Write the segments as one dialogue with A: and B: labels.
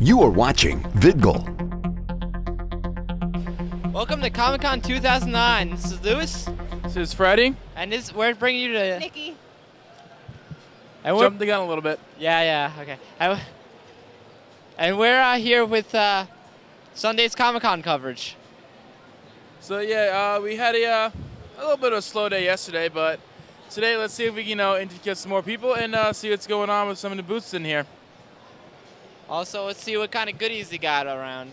A: You are watching VidGol.
B: Welcome to Comic Con 2009. This is Lewis,
C: This is Freddie.
B: and this we're bringing you to.
D: Nikki.
B: And we're,
C: Jump the gun a little bit.
B: yeah, yeah, okay. And, w- and we're uh, here with uh, Sunday's Comic Con coverage.
C: So yeah, uh, we had a, uh, a little bit of a slow day yesterday, but today let's see if we can you know int- get some more people and uh, see what's going on with some of the booths in here.
B: Also, let's see what kind of goodies they got around.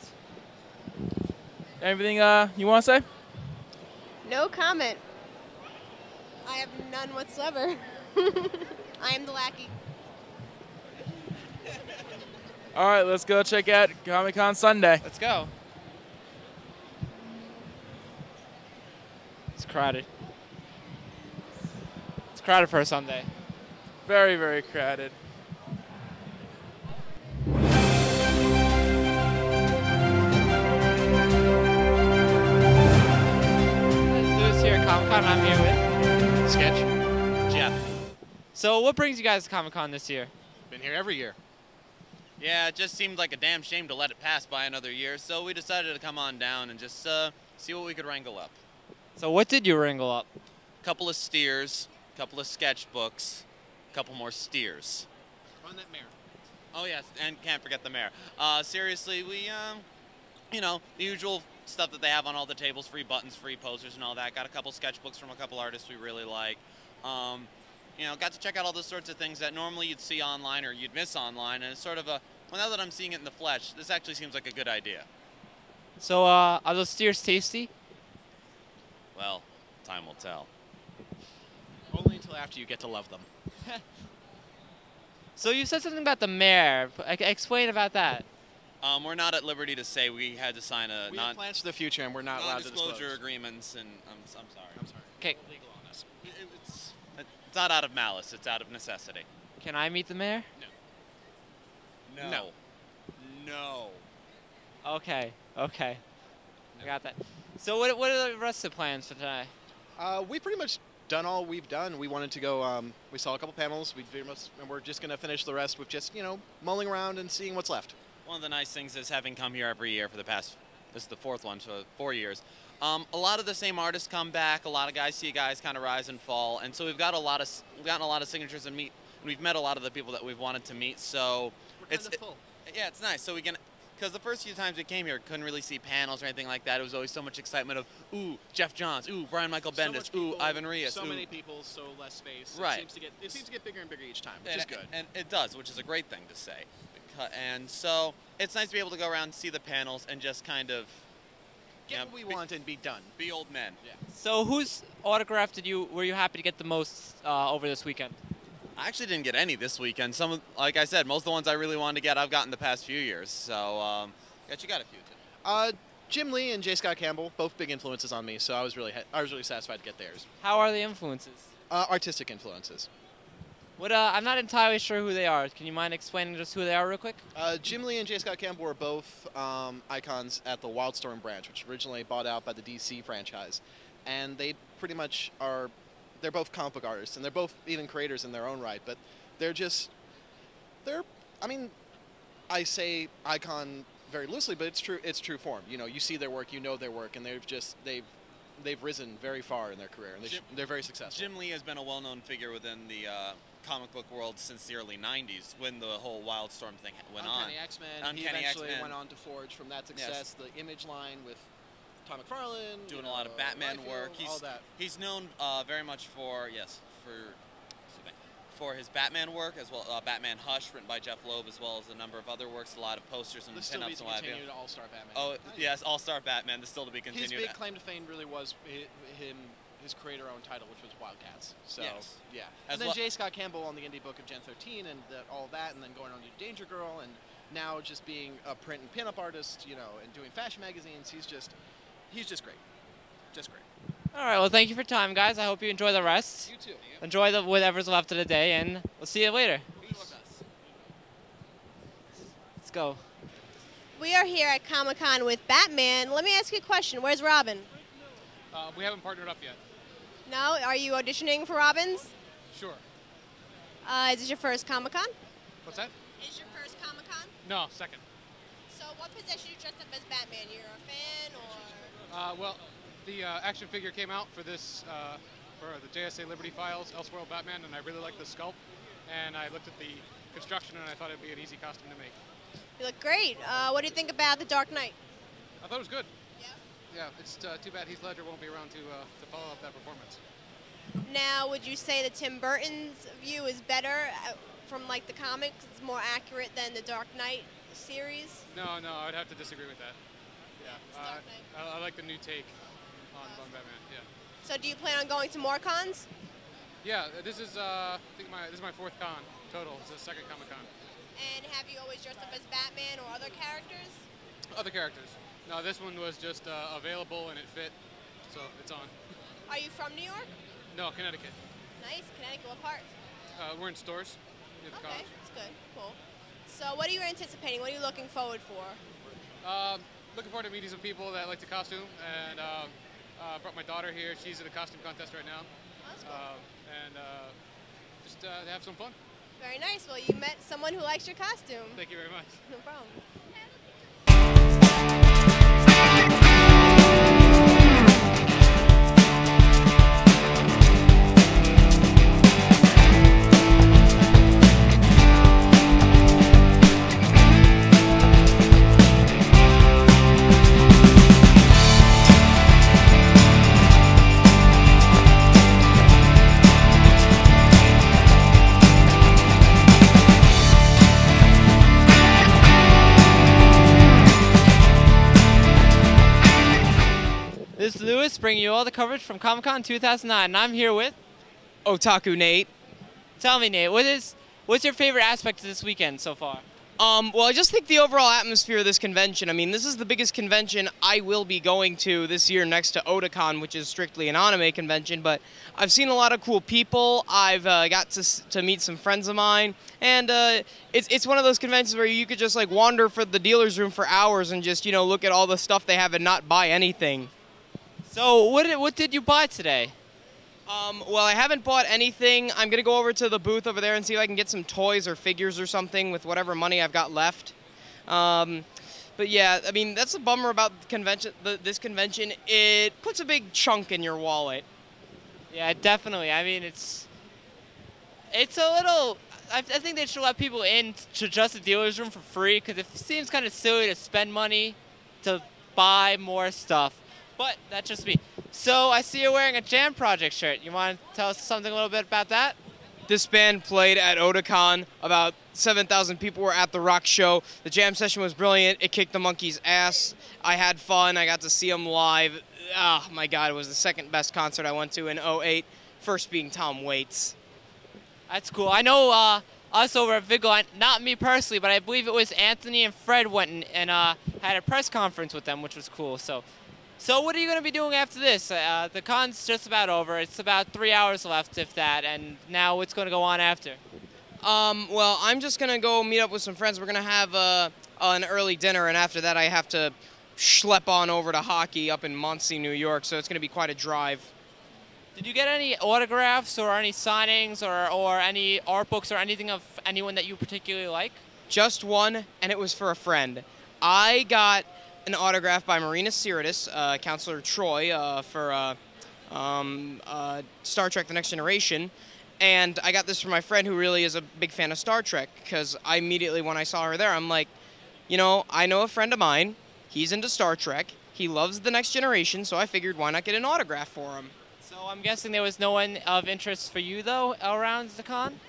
C: Anything uh, you want to say?
D: No comment. I have none whatsoever. I am the lackey.
C: All right, let's go check out Comic Con Sunday.
B: Let's go. It's crowded. It's crowded for a Sunday.
C: Very very crowded.
B: It's Lewis here at Comic Con. I'm here
E: Sketch. Jeff.
B: with. So, what brings you guys to Comic Con this year?
E: Been here every year. Yeah, it just seemed like a damn shame to let it pass by another year, so we decided to come on down and just uh, see what we could wrangle up.
B: So, what did you wrangle up?
E: Couple of steers, couple of sketchbooks, couple more steers. Run that mare. Oh yes, and can't forget the mare. Uh, seriously, we, um, you know, the usual stuff that they have on all the tables: free buttons, free posters, and all that. Got a couple sketchbooks from a couple artists we really like. Um, you know, got to check out all those sorts of things that normally you'd see online or you'd miss online, and it's sort of a well. Now that I'm seeing it in the flesh, this actually seems like a good idea.
B: So, uh, are those steers tasty?
E: Well, time will tell.
F: Only until after you get to love them.
B: So you said something about the mayor. P- ex- Explain about that.
E: Um, we're not at liberty to say we had to sign a
F: We
E: non-
F: have plans for the future, and we're not allowed to disclose.
E: non-disclosure agreements, and I'm, I'm sorry.
F: I'm sorry.
B: Okay,
F: Legal on us.
E: It- It's, it's not out of malice. It's out of necessity.
B: can I meet the mayor?
E: No. No.
B: Okay, okay, I got that. So what, what are the rest of the plans for tonight?
F: Uh, we pretty much done all we've done. We wanted to go. Um, we saw a couple panels. We pretty much, and we're just gonna finish the rest with just you know mulling around and seeing what's left.
E: One of the nice things is having come here every year for the past, this is the fourth one, so four years. Um, a lot of the same artists come back. A lot of guys see guys kind of rise and fall, and so we've got a lot of s- we've gotten a lot of signatures and meet. And we've met a lot of the people that we've wanted to meet. So it's it- yeah, it's nice. So we can. Because the first few times we came here, couldn't really see panels or anything like that. It was always so much excitement of, ooh, Jeff Johns, ooh, Brian Michael
F: So
E: Bendis,
F: much people,
E: ooh, Ivan Rias,
F: So
E: ooh,
F: many people, so less space.
E: Right.
F: It seems to get it seems to get bigger and bigger each time, which
E: and,
F: is good.
E: And it does, which is a great thing to say. Becau- And so it's nice to be able to go around, see the panels, and just kind of
F: get
E: yeah,
F: what we
E: be-
F: want and be done.
E: be old men.
B: So whose autograph did you were you happy to get the most uh, over this weekend?
E: I actually didn't get any this weekend. Some, of- like I said, most of the ones I really wanted to get, I've gotten the past few years. So, um, yeah, you got a few. Too.
F: Uh, Jim Lee and J. Scott Campbell, both big influences on me, so I was really ha- I was really satisfied to get theirs.
B: How are the influences?
F: Uh, artistic influences.
B: What uh, I'm not entirely sure who they are. Can you mind explaining just who they are real quick?
F: Uh, Jim Lee and J. Scott Campbell were both um, icons at the Wildstorm branch, which originally bought out by the DC franchise, and they pretty much are. They're both comic book artists, and they're both even creators in their own right. But they're just, they're. I mean, I say icon very loosely, but it's true. It's true form. You know, you see their work, you know their work, and they've just they've they've risen very far in their career, and they
E: Jim-
F: sh- they're very successful.
E: Jim Lee has been a well-known figure within the uh, comic book world since the early '90s, when the whole Wildstorm thing went on.
F: Uncanny X Men. He
E: Uncanny
F: eventually
E: X-Men.
F: went on to forge from that
E: Yes.
F: success the Image line with Tom McFarlane.
E: doing
F: you
E: a lot of
F: know,
E: Batman
F: Liefeld,
E: work.
F: uh, all
E: He's
F: that.
E: he's known uh, very much for yes for excuse me, for his Batman work as well. Uh, Batman Hush, written by Jeff Loeb, as well as a number of other works. A lot of posters and
F: This still needs
E: pinups
F: to
E: and what have you.
F: continue to All Star Batman.
E: Oh
F: Nice.
E: yes, All Star Batman. The still to be
F: His
E: continued.
F: big claim to fame really was hi- him his creator-owned title, which was Wildcats. So
E: Yes.
F: yeah,
E: As
F: and then
E: lo-
F: J. Scott Campbell on the indie book of Gen 13 and the, all that, and then going on to Danger Girl, and now just being a print and pinup artist, you know, and doing fashion magazines. He's just he's just great, just great.
B: All right. Well, thank you for your time, guys. I hope you enjoy the rest.
F: You too.
B: Enjoy the whatever's left of the day, and we'll see you later. Let's go.
D: We are here at Comic Con with Batman. Let me ask you a question. Where's Robin?
G: Uh, we haven't partnered up yet.
D: No, are you auditioning for Robins?
G: Sure.
D: Uh, is this your first Comic Con?
G: What's that?
D: Is your first Comic Con?
G: No, second.
D: what possession you dressed up as Batman? You're a fan or?
G: Uh, well, the uh, action figure came out for this uh, for the JSA Liberty Files Elseworld Batman, and I really liked the sculpt. And I looked at the construction, and I thought it'd be an easy costume to make.
D: You look great. Uh, what do you think about the Dark Knight?
G: I thought it was good.
D: Yeah.
G: Yeah, it's uh, too bad Heath Ledger won't be around to uh, to follow up that performance.
D: Now, would you say that Tim Burton's view is better uh, from like the comics? It's more accurate than the Dark Knight series.
G: No, no, I would have to disagree with that. Yeah, uh,
D: Dark Knight.
G: I, I like the new take on, on Batman. Yeah.
D: So, do you plan on going to more cons?
G: Yeah, this is uh, I think my this is my fourth con total. It's the second Comic Con.
D: And have you always dressed up as Batman or other characters?
G: Other characters. No, this one was just uh, available and it fit, so it's on.
D: Are you from New York?
G: No, Connecticut.
D: Nice, Connecticut. What part?
G: Uh, we're in stores. near the
D: Okay, that's good. Cool. So, what are you anticipating? What are you looking forward for?
G: college. Um, looking forward to meeting some people that like to costume, and um, uh, brought my daughter here. She's at a costume contest right now,
D: That's cool. Mm-hmm.
G: um, and uh, just uh, have some fun.
D: Very nice. Well, you met someone who likes your costume.
G: Thank you very much.
D: No problem.
B: This is Lewis bringing you all the coverage from Comic Con 2009, and I'm here with.
A: Otaku Nate.
B: Tell me, Nate, what is what's your favorite aspect of this weekend so far?
A: Um, well, I just think the overall atmosphere of this convention. I mean, this is the biggest convention I will be going to this year next to Otakon, which is strictly an anime convention. But I've seen a lot of cool people. I've uh, got to, s- to meet some friends of mine. And uh, it's, it's one of those conventions where you could just like wander for the dealer's room for hours and just, you know, look at all the stuff they have and not buy anything.
B: So, what did, what did you buy today?
A: Um, well, I haven't bought anything. I'm going to go over to the booth over there and see if I can get some toys or figures or something with whatever money I've got left. Um, but yeah, I mean, that's a bummer about the convention, the, this convention. It puts a big chunk in your wallet.
B: Yeah, definitely. I mean, it's it's a little. I, I think they should let people in to just the dealer's room for free because it seems kind of silly to spend money to buy more stuff. But that's just me. So I see you're wearing a Jam Project shirt. You want to tell us something a little bit about that?
A: This band played at Otakon. About 7,000 people were at the rock show. The jam session was brilliant. It kicked the monkey's ass. I had fun. I got to see them live. Ah, my God, it was the second best concert I went to in 08, first being Tom Waits.
B: That's cool. I know uh, us over at Vigo, not me personally, but I believe it was Anthony and Fred went and, and uh, had a press conference with them, which was cool. So, so what are you going to be doing after this? Uh, the con's just about over. It's about three hours left, if that. And now what's going to go on after?
A: Um, well, I'm just gonna go meet up with some friends. We're gonna have uh, an early dinner, and after that, I have to schlep on over to hockey up in Muncie, New York. So it's gonna be quite a drive.
B: Did you get any autographs or any signings or, or any art books or anything of anyone that you particularly like?
A: Just one, and it was for a friend. I got an autograph by Marina Sirtis, uh, Counselor Troy, uh, for uh, um, uh, Star Trek: The Next Generation, and I got this from my friend who really is a big fan of Star Trek. Because I immediately, when I saw her there, I'm like, you know, I know a friend of mine. He's into Star Trek. He loves The Next Generation, so I figured why not get an autograph for him.
B: So I'm guessing there was no one of interest for you though around the con.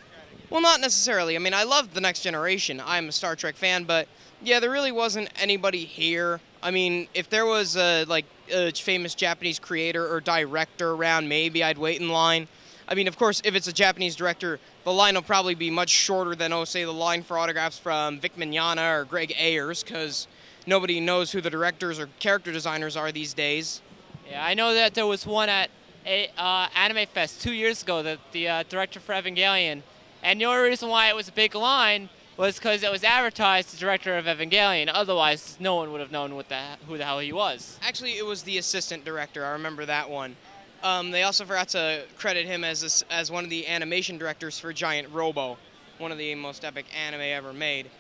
A: Well, not necessarily. I mean, I loved The Next Generation. I'm a Star Trek fan, but yeah, there really wasn't anybody here. I mean, if there was a like a famous Japanese creator or director around, maybe I'd wait in line. I mean, of course, if it's a Japanese director, the line will probably be much shorter than, oh, say, the line for autographs from Vic Mignogna or Greg Ayers, because nobody knows who the directors or character designers are these days.
B: Yeah, I know that there was one at a, uh, Anime Fest two years ago that the uh, director for Evangelion, and the only reason why it was a big line was because it was advertised the director of Evangelion. Otherwise, no one would have known what the, who the hell he was.
A: Actually, it was the assistant director. I remember that one. Um, they also forgot to credit him as this, as one of the animation directors for Giant Robo, one of the most epic anime ever made.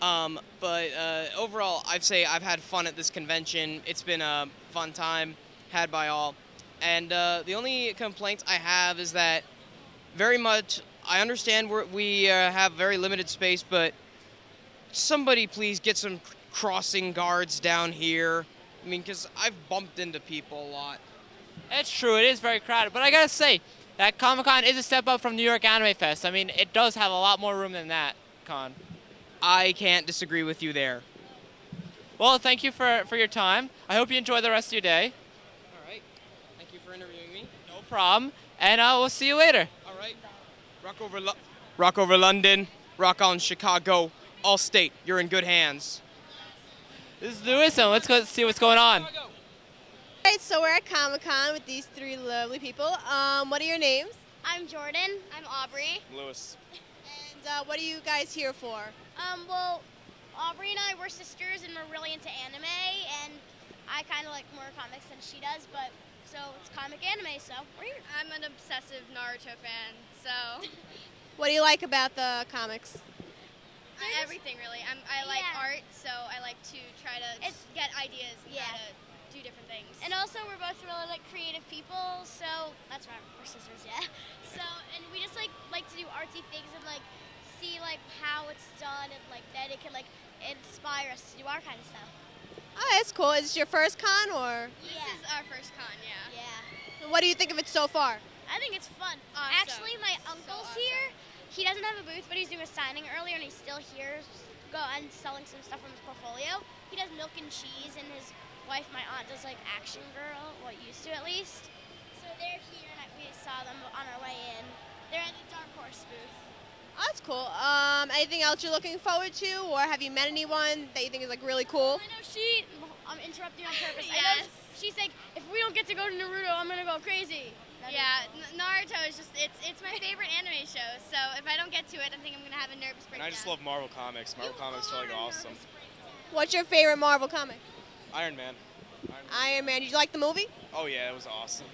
A: Um, but uh, overall, I'd say I've had fun at this convention. It's been a fun time had by all. And uh, the only complaints I have is that very much, I understand we're, we uh, have very limited space, but somebody please get some c- crossing guards down here. I mean, because I've bumped into people a lot.
B: That's true. It is very crowded, but I gotta say that Comic Con is a step up from New York Anime Fest. I mean, it does have a lot more room than that con.
A: I can't disagree with you there.
B: Well, thank you for, for your time. I hope you enjoy the rest of your day.
A: All right. Thank you for interviewing me.
B: No problem. And uh, we'll see you later.
A: All right. Rock over, Lo- rock over London. Rock on Chicago. All state. You're in good hands.
B: This is Lewis, and let's go see what's going on.
D: All right, so we're at Comic Con with these three lovely people. Um, what are your names?
H: I'm Jordan. I'm Aubrey.
I: Lewis.
D: And uh, what are you guys here for?
H: Um, well, Aubrey and I were sisters and we're really into anime, and I kind of like more comics than she does, but so it's comic anime, so we're here. I'm an obsessive Naruto fan, so
D: What do you like about the comics?
H: everything really. I'm, I like art, so I like to try to get ideas and yeah. to do different things. And also, we're both really like creative people, so that's right, we're sisters, yeah. So, and we just like like to do artsy things and like see like how it's done and like then it can like inspire us to do our kind of stuff.
D: Oh, that's cool. Is this your first con or?
H: This is our first con, yeah. Yeah.
D: What do you think of it so far?
H: I think it's fun. Actually, my uncle's here. He doesn't have a booth, but he's doing a signing earlier, and he's still here, go and selling some stuff from his portfolio. He does milk and cheese, and his wife, my aunt, does like Action Girl, what used to at least. So they're here, and I- we saw them on our way in. They're at the Dark Horse booth.
D: Oh, that's cool. Um, anything else you're looking forward to, or have you met anyone that you think is like really cool?
H: I know she. I'm interrupting on purpose. I know she's like, if we don't get to go to Naruto, I'm gonna go crazy.
J: Yeah, N- Naruto is just it's it's my favorite anime show. So if I don't get to it, I think I'm gonna have a nervous
I: And I
J: breakdown.
I: just love Marvel comics. Marvel comics are like awesome.
D: What's your favorite Marvel comic?
I: Iron Man.
D: Iron Man. Did you like the movie?
I: Oh yeah, it was awesome.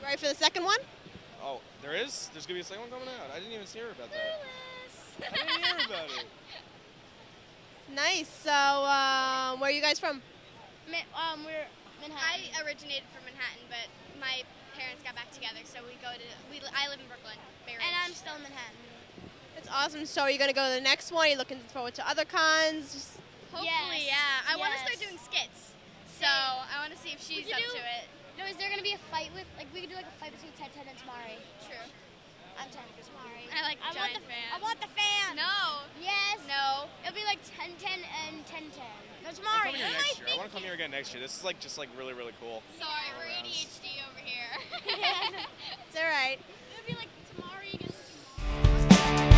D: You ready for the second one?
I: Oh, there is. There's gonna be a second one coming out. I didn't even hear about that. I didn't hear about it.
D: Nice. So, um, where are you guys from?
H: Mi- um, we're Manhattan.
J: I originated from Manhattan, but my parents got back together, so we go to we li- I live in Brooklyn, Bay Ridge.
H: and I'm still in Manhattan.
D: That's awesome. So, are you going to go to the next one? Are you looking forward to other cons?
J: hopefully
H: Yes,
J: yeah. I want to start
H: yes.
J: doing skits, so
H: Same.
J: I want to see if she's
H: you
J: up to
H: do-
J: it.
H: No, is there gonna be a fight with like we could do like a fight between Ted Ted and Tamari?
J: True.
H: I'm trying to Tamari.
J: I like the
H: I want
J: giant
H: the
J: fan.
H: I want the fan.
J: No,
H: Yes.
J: no.
H: It'll be like 10 10 and 10 10. No,
I: I'm
H: Tamari.
I: coming here next year. I want to come here again next year. This is like just like really really cool.
J: Sorry, we're ADHD over here.
D: It's all right.
H: It'll be like Tamari against Tamari.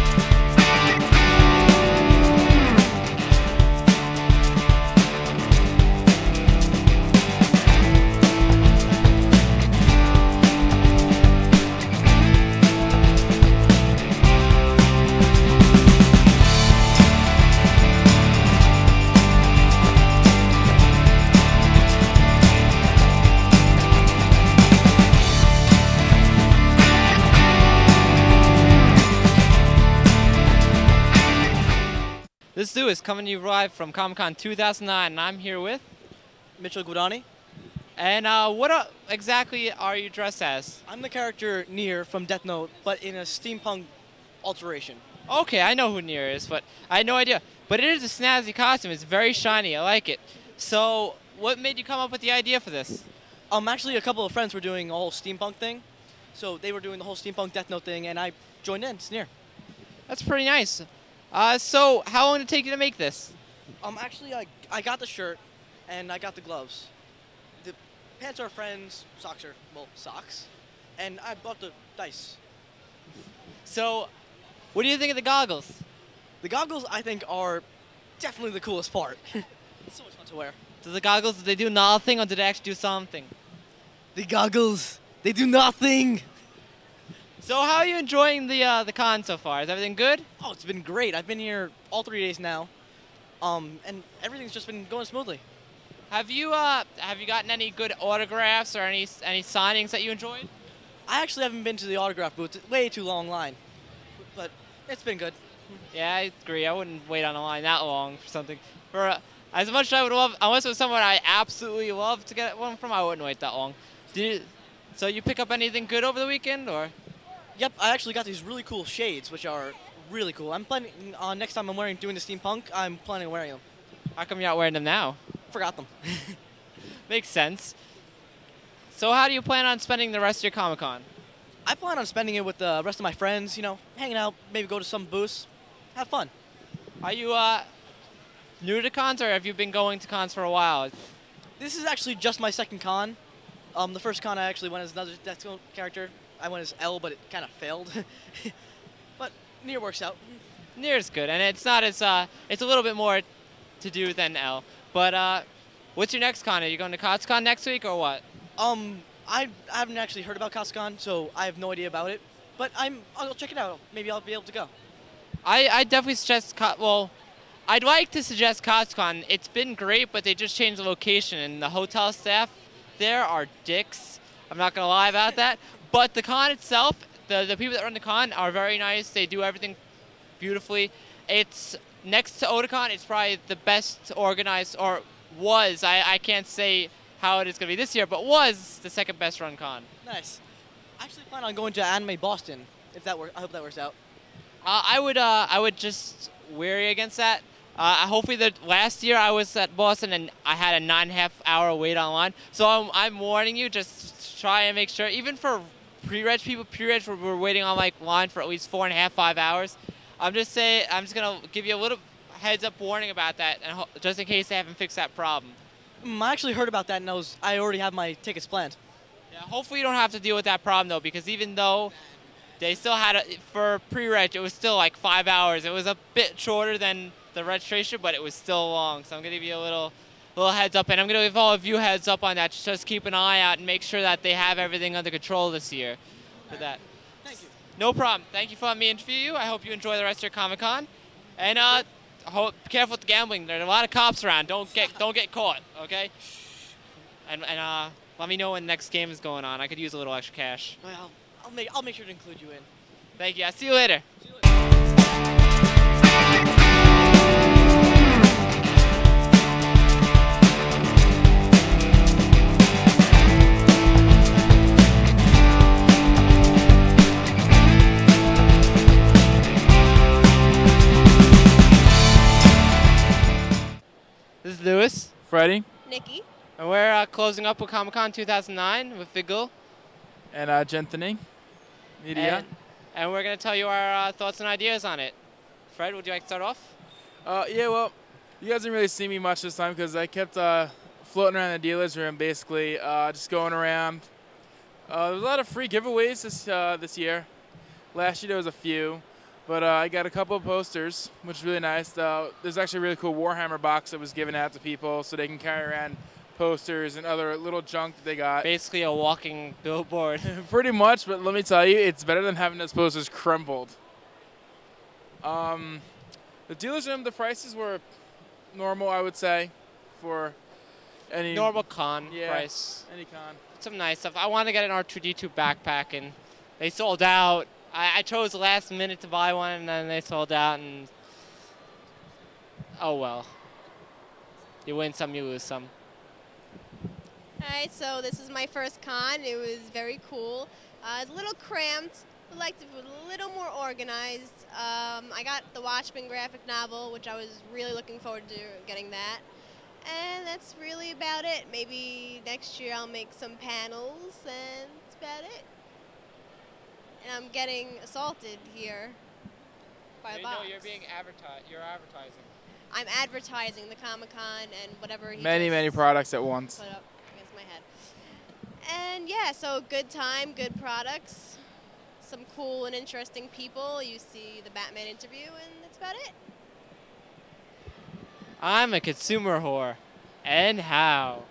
B: This is Lewis coming to you live from Comic Con 2009, and I'm here with.
K: Mitchell Guadani.
B: And uh, what uh, exactly are you dressed as?
K: I'm the character Nier from Death Note, but in a steampunk alteration.
B: Okay, I know who Nier is, but I had no idea. But it is a snazzy costume. It's very shiny. I like it. So, what made you come up with the idea for this?
K: Um, actually, a couple of friends were doing a whole steampunk thing, so they were doing the whole steampunk Death Note thing, and I joined in. It's Nier.
B: That's pretty nice. Uh, so, how long did it take you to make this?
K: Um, actually, I, I got the shirt, and I got the gloves. The pants are friends, socks are well socks, and I bought the dice.
B: So, what do you think of the goggles?
K: The goggles I think are definitely the coolest part. it's so much fun to wear.
B: Do the goggles do they do nothing or do they actually do something?
K: The goggles, they do nothing.
B: So, how are you enjoying the uh, the con so far? Is everything good?
K: Oh, it's been great. I've been here all three days now, um, and everything's just been going smoothly.
B: Have you uh, have you gotten any good autographs or any any signings that you enjoyed?
K: I actually haven't been to the autograph booth. Way too long line, but it's been good.
B: Yeah, I agree. I wouldn't wait on a line that long for something. For uh, as much as I would love, unless it was someone I absolutely love to get one from, I wouldn't wait that long. Did you, so you pick up anything good over the weekend, or?
K: Yep, I actually got these really cool shades, which are really cool. I'm planning uh, next time I'm wearing doing the steampunk. I'm planning on wearing them.
B: How come you're not wearing them now?
K: Forgot them.
B: Makes sense. So how do you plan on spending the rest of your Comic Con?
K: I plan on spending it with the rest of my friends. You know, hanging out, maybe go to some booths, have fun.
B: Are you uh, new to cons, or have you been going to cons for a while?
K: This is actually just my second con. Um, the first con I actually went as another Death Note character. I went as L, but it kind of failed. but near works out.
B: Near's good, and it's not as uh, it's a little bit more to do than L. But uh, what's your next con? Are you going to CotsCon next week or what?
K: Um, I, I haven't actually heard about Costcon, so I have no idea about it. But I'm I'll check it out. Maybe I'll be able to go.
B: I, I definitely suggest Co- well, I'd like to suggest CotsCon. It's been great, but they just changed the location, and the hotel staff there are dicks. I'm not gonna lie about that. But the con itself, the the people that run the con are very nice. They do everything beautifully. It's next to Otakon. It's probably the best organized, or was. I, I can't say how it is gonna be this year, but was the second best run con.
K: Nice. I actually plan on going to Anime Boston. If that works, I hope that works out.
B: Uh, I would uh, I would just weary against that. Uh, hopefully, the last year I was at Boston and I had a nine and a half hour wait online. So I'm, I'm warning you, just try and make sure. Even for pre-reg people, pre-reg were, were waiting on like line for at least four and a half five hours. I'm just saying I'm just gonna give you a little heads up warning about that, and ho- just in case they haven't fixed that problem.
K: Mm, I actually heard about that, and I was I already have my tickets planned.
B: Yeah, hopefully you don't have to deal with that problem though, because even though they still had a, for pre-reg, it was still like five hours. It was a bit shorter than the registration, but it was still long. So I'm gonna give you a little, little heads up, and I'm gonna give all of you heads up on that. Just keep an eye out and make sure that they have everything under control this year. For that.
K: Thank you.
B: No problem. Thank you for letting me interview you. I hope you enjoy the rest of your Comic Con, and uh, hope, be careful with the gambling. There are a lot of cops around. Don't get, don't get caught. Okay. And and uh, let me know when the next game is going on. I could use a little extra cash.
K: Well, I'll make I'll make sure to include you in.
B: Thank you. I'll see you later. This is Lewis.
C: Freddie
D: Nikki.
B: And we're uh, closing up with Comic Con 2009 with Vigil.
C: and uh, Genthany. Media.
B: And, and we're going to tell you our uh, thoughts and ideas on it. Fred, would you like to start off?
C: Uh, yeah, well, you guys didn't really see me much this time because I kept uh, floating around the dealer's room, basically, uh, just going around. Uh, there was a lot of free giveaways this uh, this year. Last year there was a few, but uh, I got a couple of posters, which is really nice. Uh, there's actually a really cool Warhammer box that was given out to people, so they can carry around posters and other little junk that they got.
B: Basically, a walking billboard.
C: Pretty much, but let me tell you, it's better than having those posters crumpled. Um, the dealers room, the prices were normal, I would say, for any
B: Normal con
C: yeah,
B: price.
C: Any con.
B: Some nice stuff. I want to get an R2D2 backpack, and they sold out. I, I chose last minute to buy one, and then they sold out, and oh well. You win some, you lose some.
D: All right, so this is my first con. It was very cool. Uh, it's a little cramped. Would like to be a little more organized. Um, I got the Watchmen graphic novel, which I was really looking forward to getting that. And that's really about it. Maybe next year I'll make some panels, and that's about it. And I'm getting assaulted here by a box.
B: advertised. You're advertising.
D: I'm advertising the Comic Con and whatever. He
C: Many,
D: just
C: many products at once.
D: Put up against my head. And yeah, so good time, good products, some cool and interesting people. You see the Batman interview, and that's about it.
B: I'm a consumer whore, and how?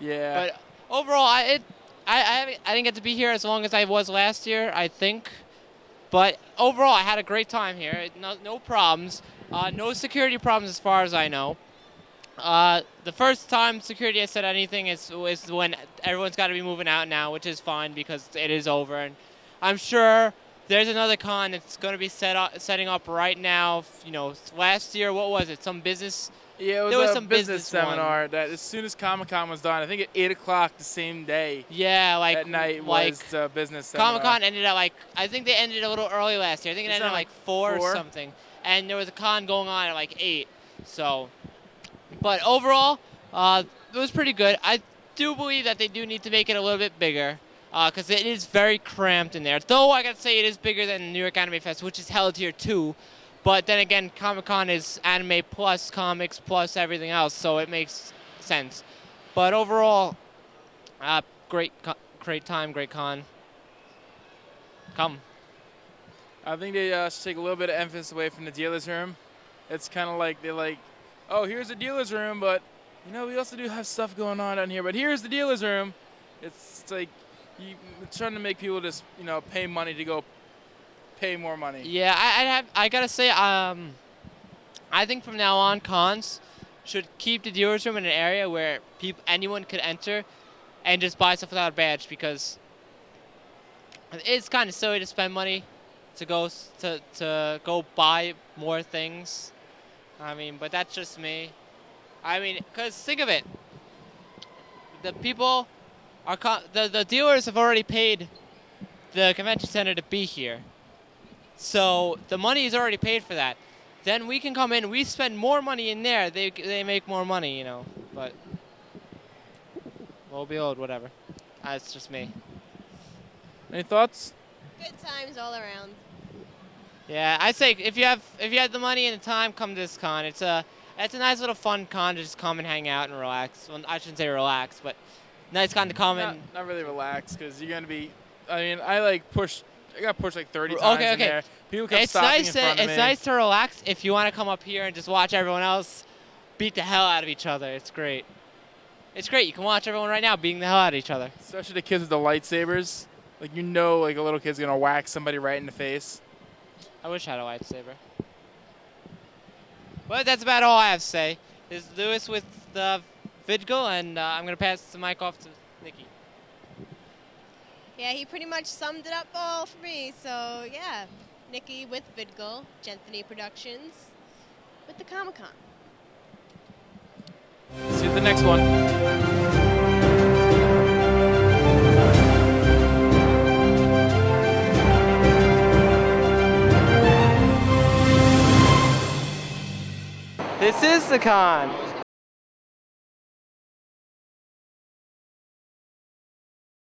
C: Yeah.
B: But overall, I it, I, I haven't- I didn't get to be here as long as I was last year, I think. But overall, I had a great time here. It- No, no problems. Uh, no security problems as far as I know. Uh, the first time security has said anything is, is when everyone's got to be moving out now, which is fine because it is over. And I'm sure There's another con that's going to be set up, setting up right now. You know, last year, what was it? Some business.
C: Yeah, it was
B: there was
C: a
B: some
C: business,
B: one.
C: seminar that as soon as Comic Con was done, I think at eight o'clock the same day.
B: Yeah, like
C: at night
B: like
C: was the business seminar.
B: Comic Con ended at like I think they ended a little early last year. I think it
C: Isn't
B: ended
C: that
B: at like
C: like
B: four,
C: four?
B: or something. And there was a con going on at like eight. So, but overall, uh, it was pretty good. I do believe that they do need to make it a little bit bigger because it is very cramped in there. Though I gotta say it is bigger than New York Anime Fest, which is held here too. But then again, Comic Con is anime plus comics plus everything else, so it makes sense. But overall, uh, great, co- great time, great con. Come.
C: I think they uh, should take a little bit of emphasis away from the dealer's room. It's kind of like they're like, oh, here's the dealer's room, but you know we also do have stuff going on down here. But here's the dealer's room. It's, it's like you it's trying to make people just you know pay money to go pay more money.
B: Yeah, I, I have. I gotta say, um, I think from now on, cons should keep the dealer's room in an area where people, anyone could enter, and just buy stuff without a badge because it's kind of silly to spend money to go s- to to go buy more things. I mean, but that's just me. I mean, cause think of it, the people are co- the the dealers have already paid the convention center to be here. So the money is already paid for that. Then we can come in. We spend more money in there. They they make more money, you know. But lo and behold, whatever. That's just me.
C: Any thoughts?
D: Good times all around.
B: Yeah, I say if you have if you have the money and the time, come to this con. It's a it's a nice little fun con to just come and hang out and relax. Well, I shouldn't say relax, but nice con to come
C: Not,
B: and
C: not really relaxed because you're gonna be. I mean, I like pushed. I got pushed like 30
B: Okay,
C: times in
B: okay.
C: there. People kept
B: It's
C: stopping
B: nice
C: in
B: to
C: front
B: it's
C: of me.
B: nice to relax if you want to come up here and just watch everyone else beat the hell out of each other. It's great. It's great. You can watch everyone right now beating the hell out of each other.
C: Especially the kids with the lightsabers. Like you know, like a little kid's gonna whack somebody right in the face.
B: I wish I had a lightsaber. But that's about all I have to say. This is Lewis with the Vidgal, and uh, I'm going to pass the mic off to Nikki.
D: Yeah, he pretty much summed it up all for me. So yeah, Nikki with Vidgal, Genthany Productions, with the Comic Con.
C: See you at the next one.
B: This is the con.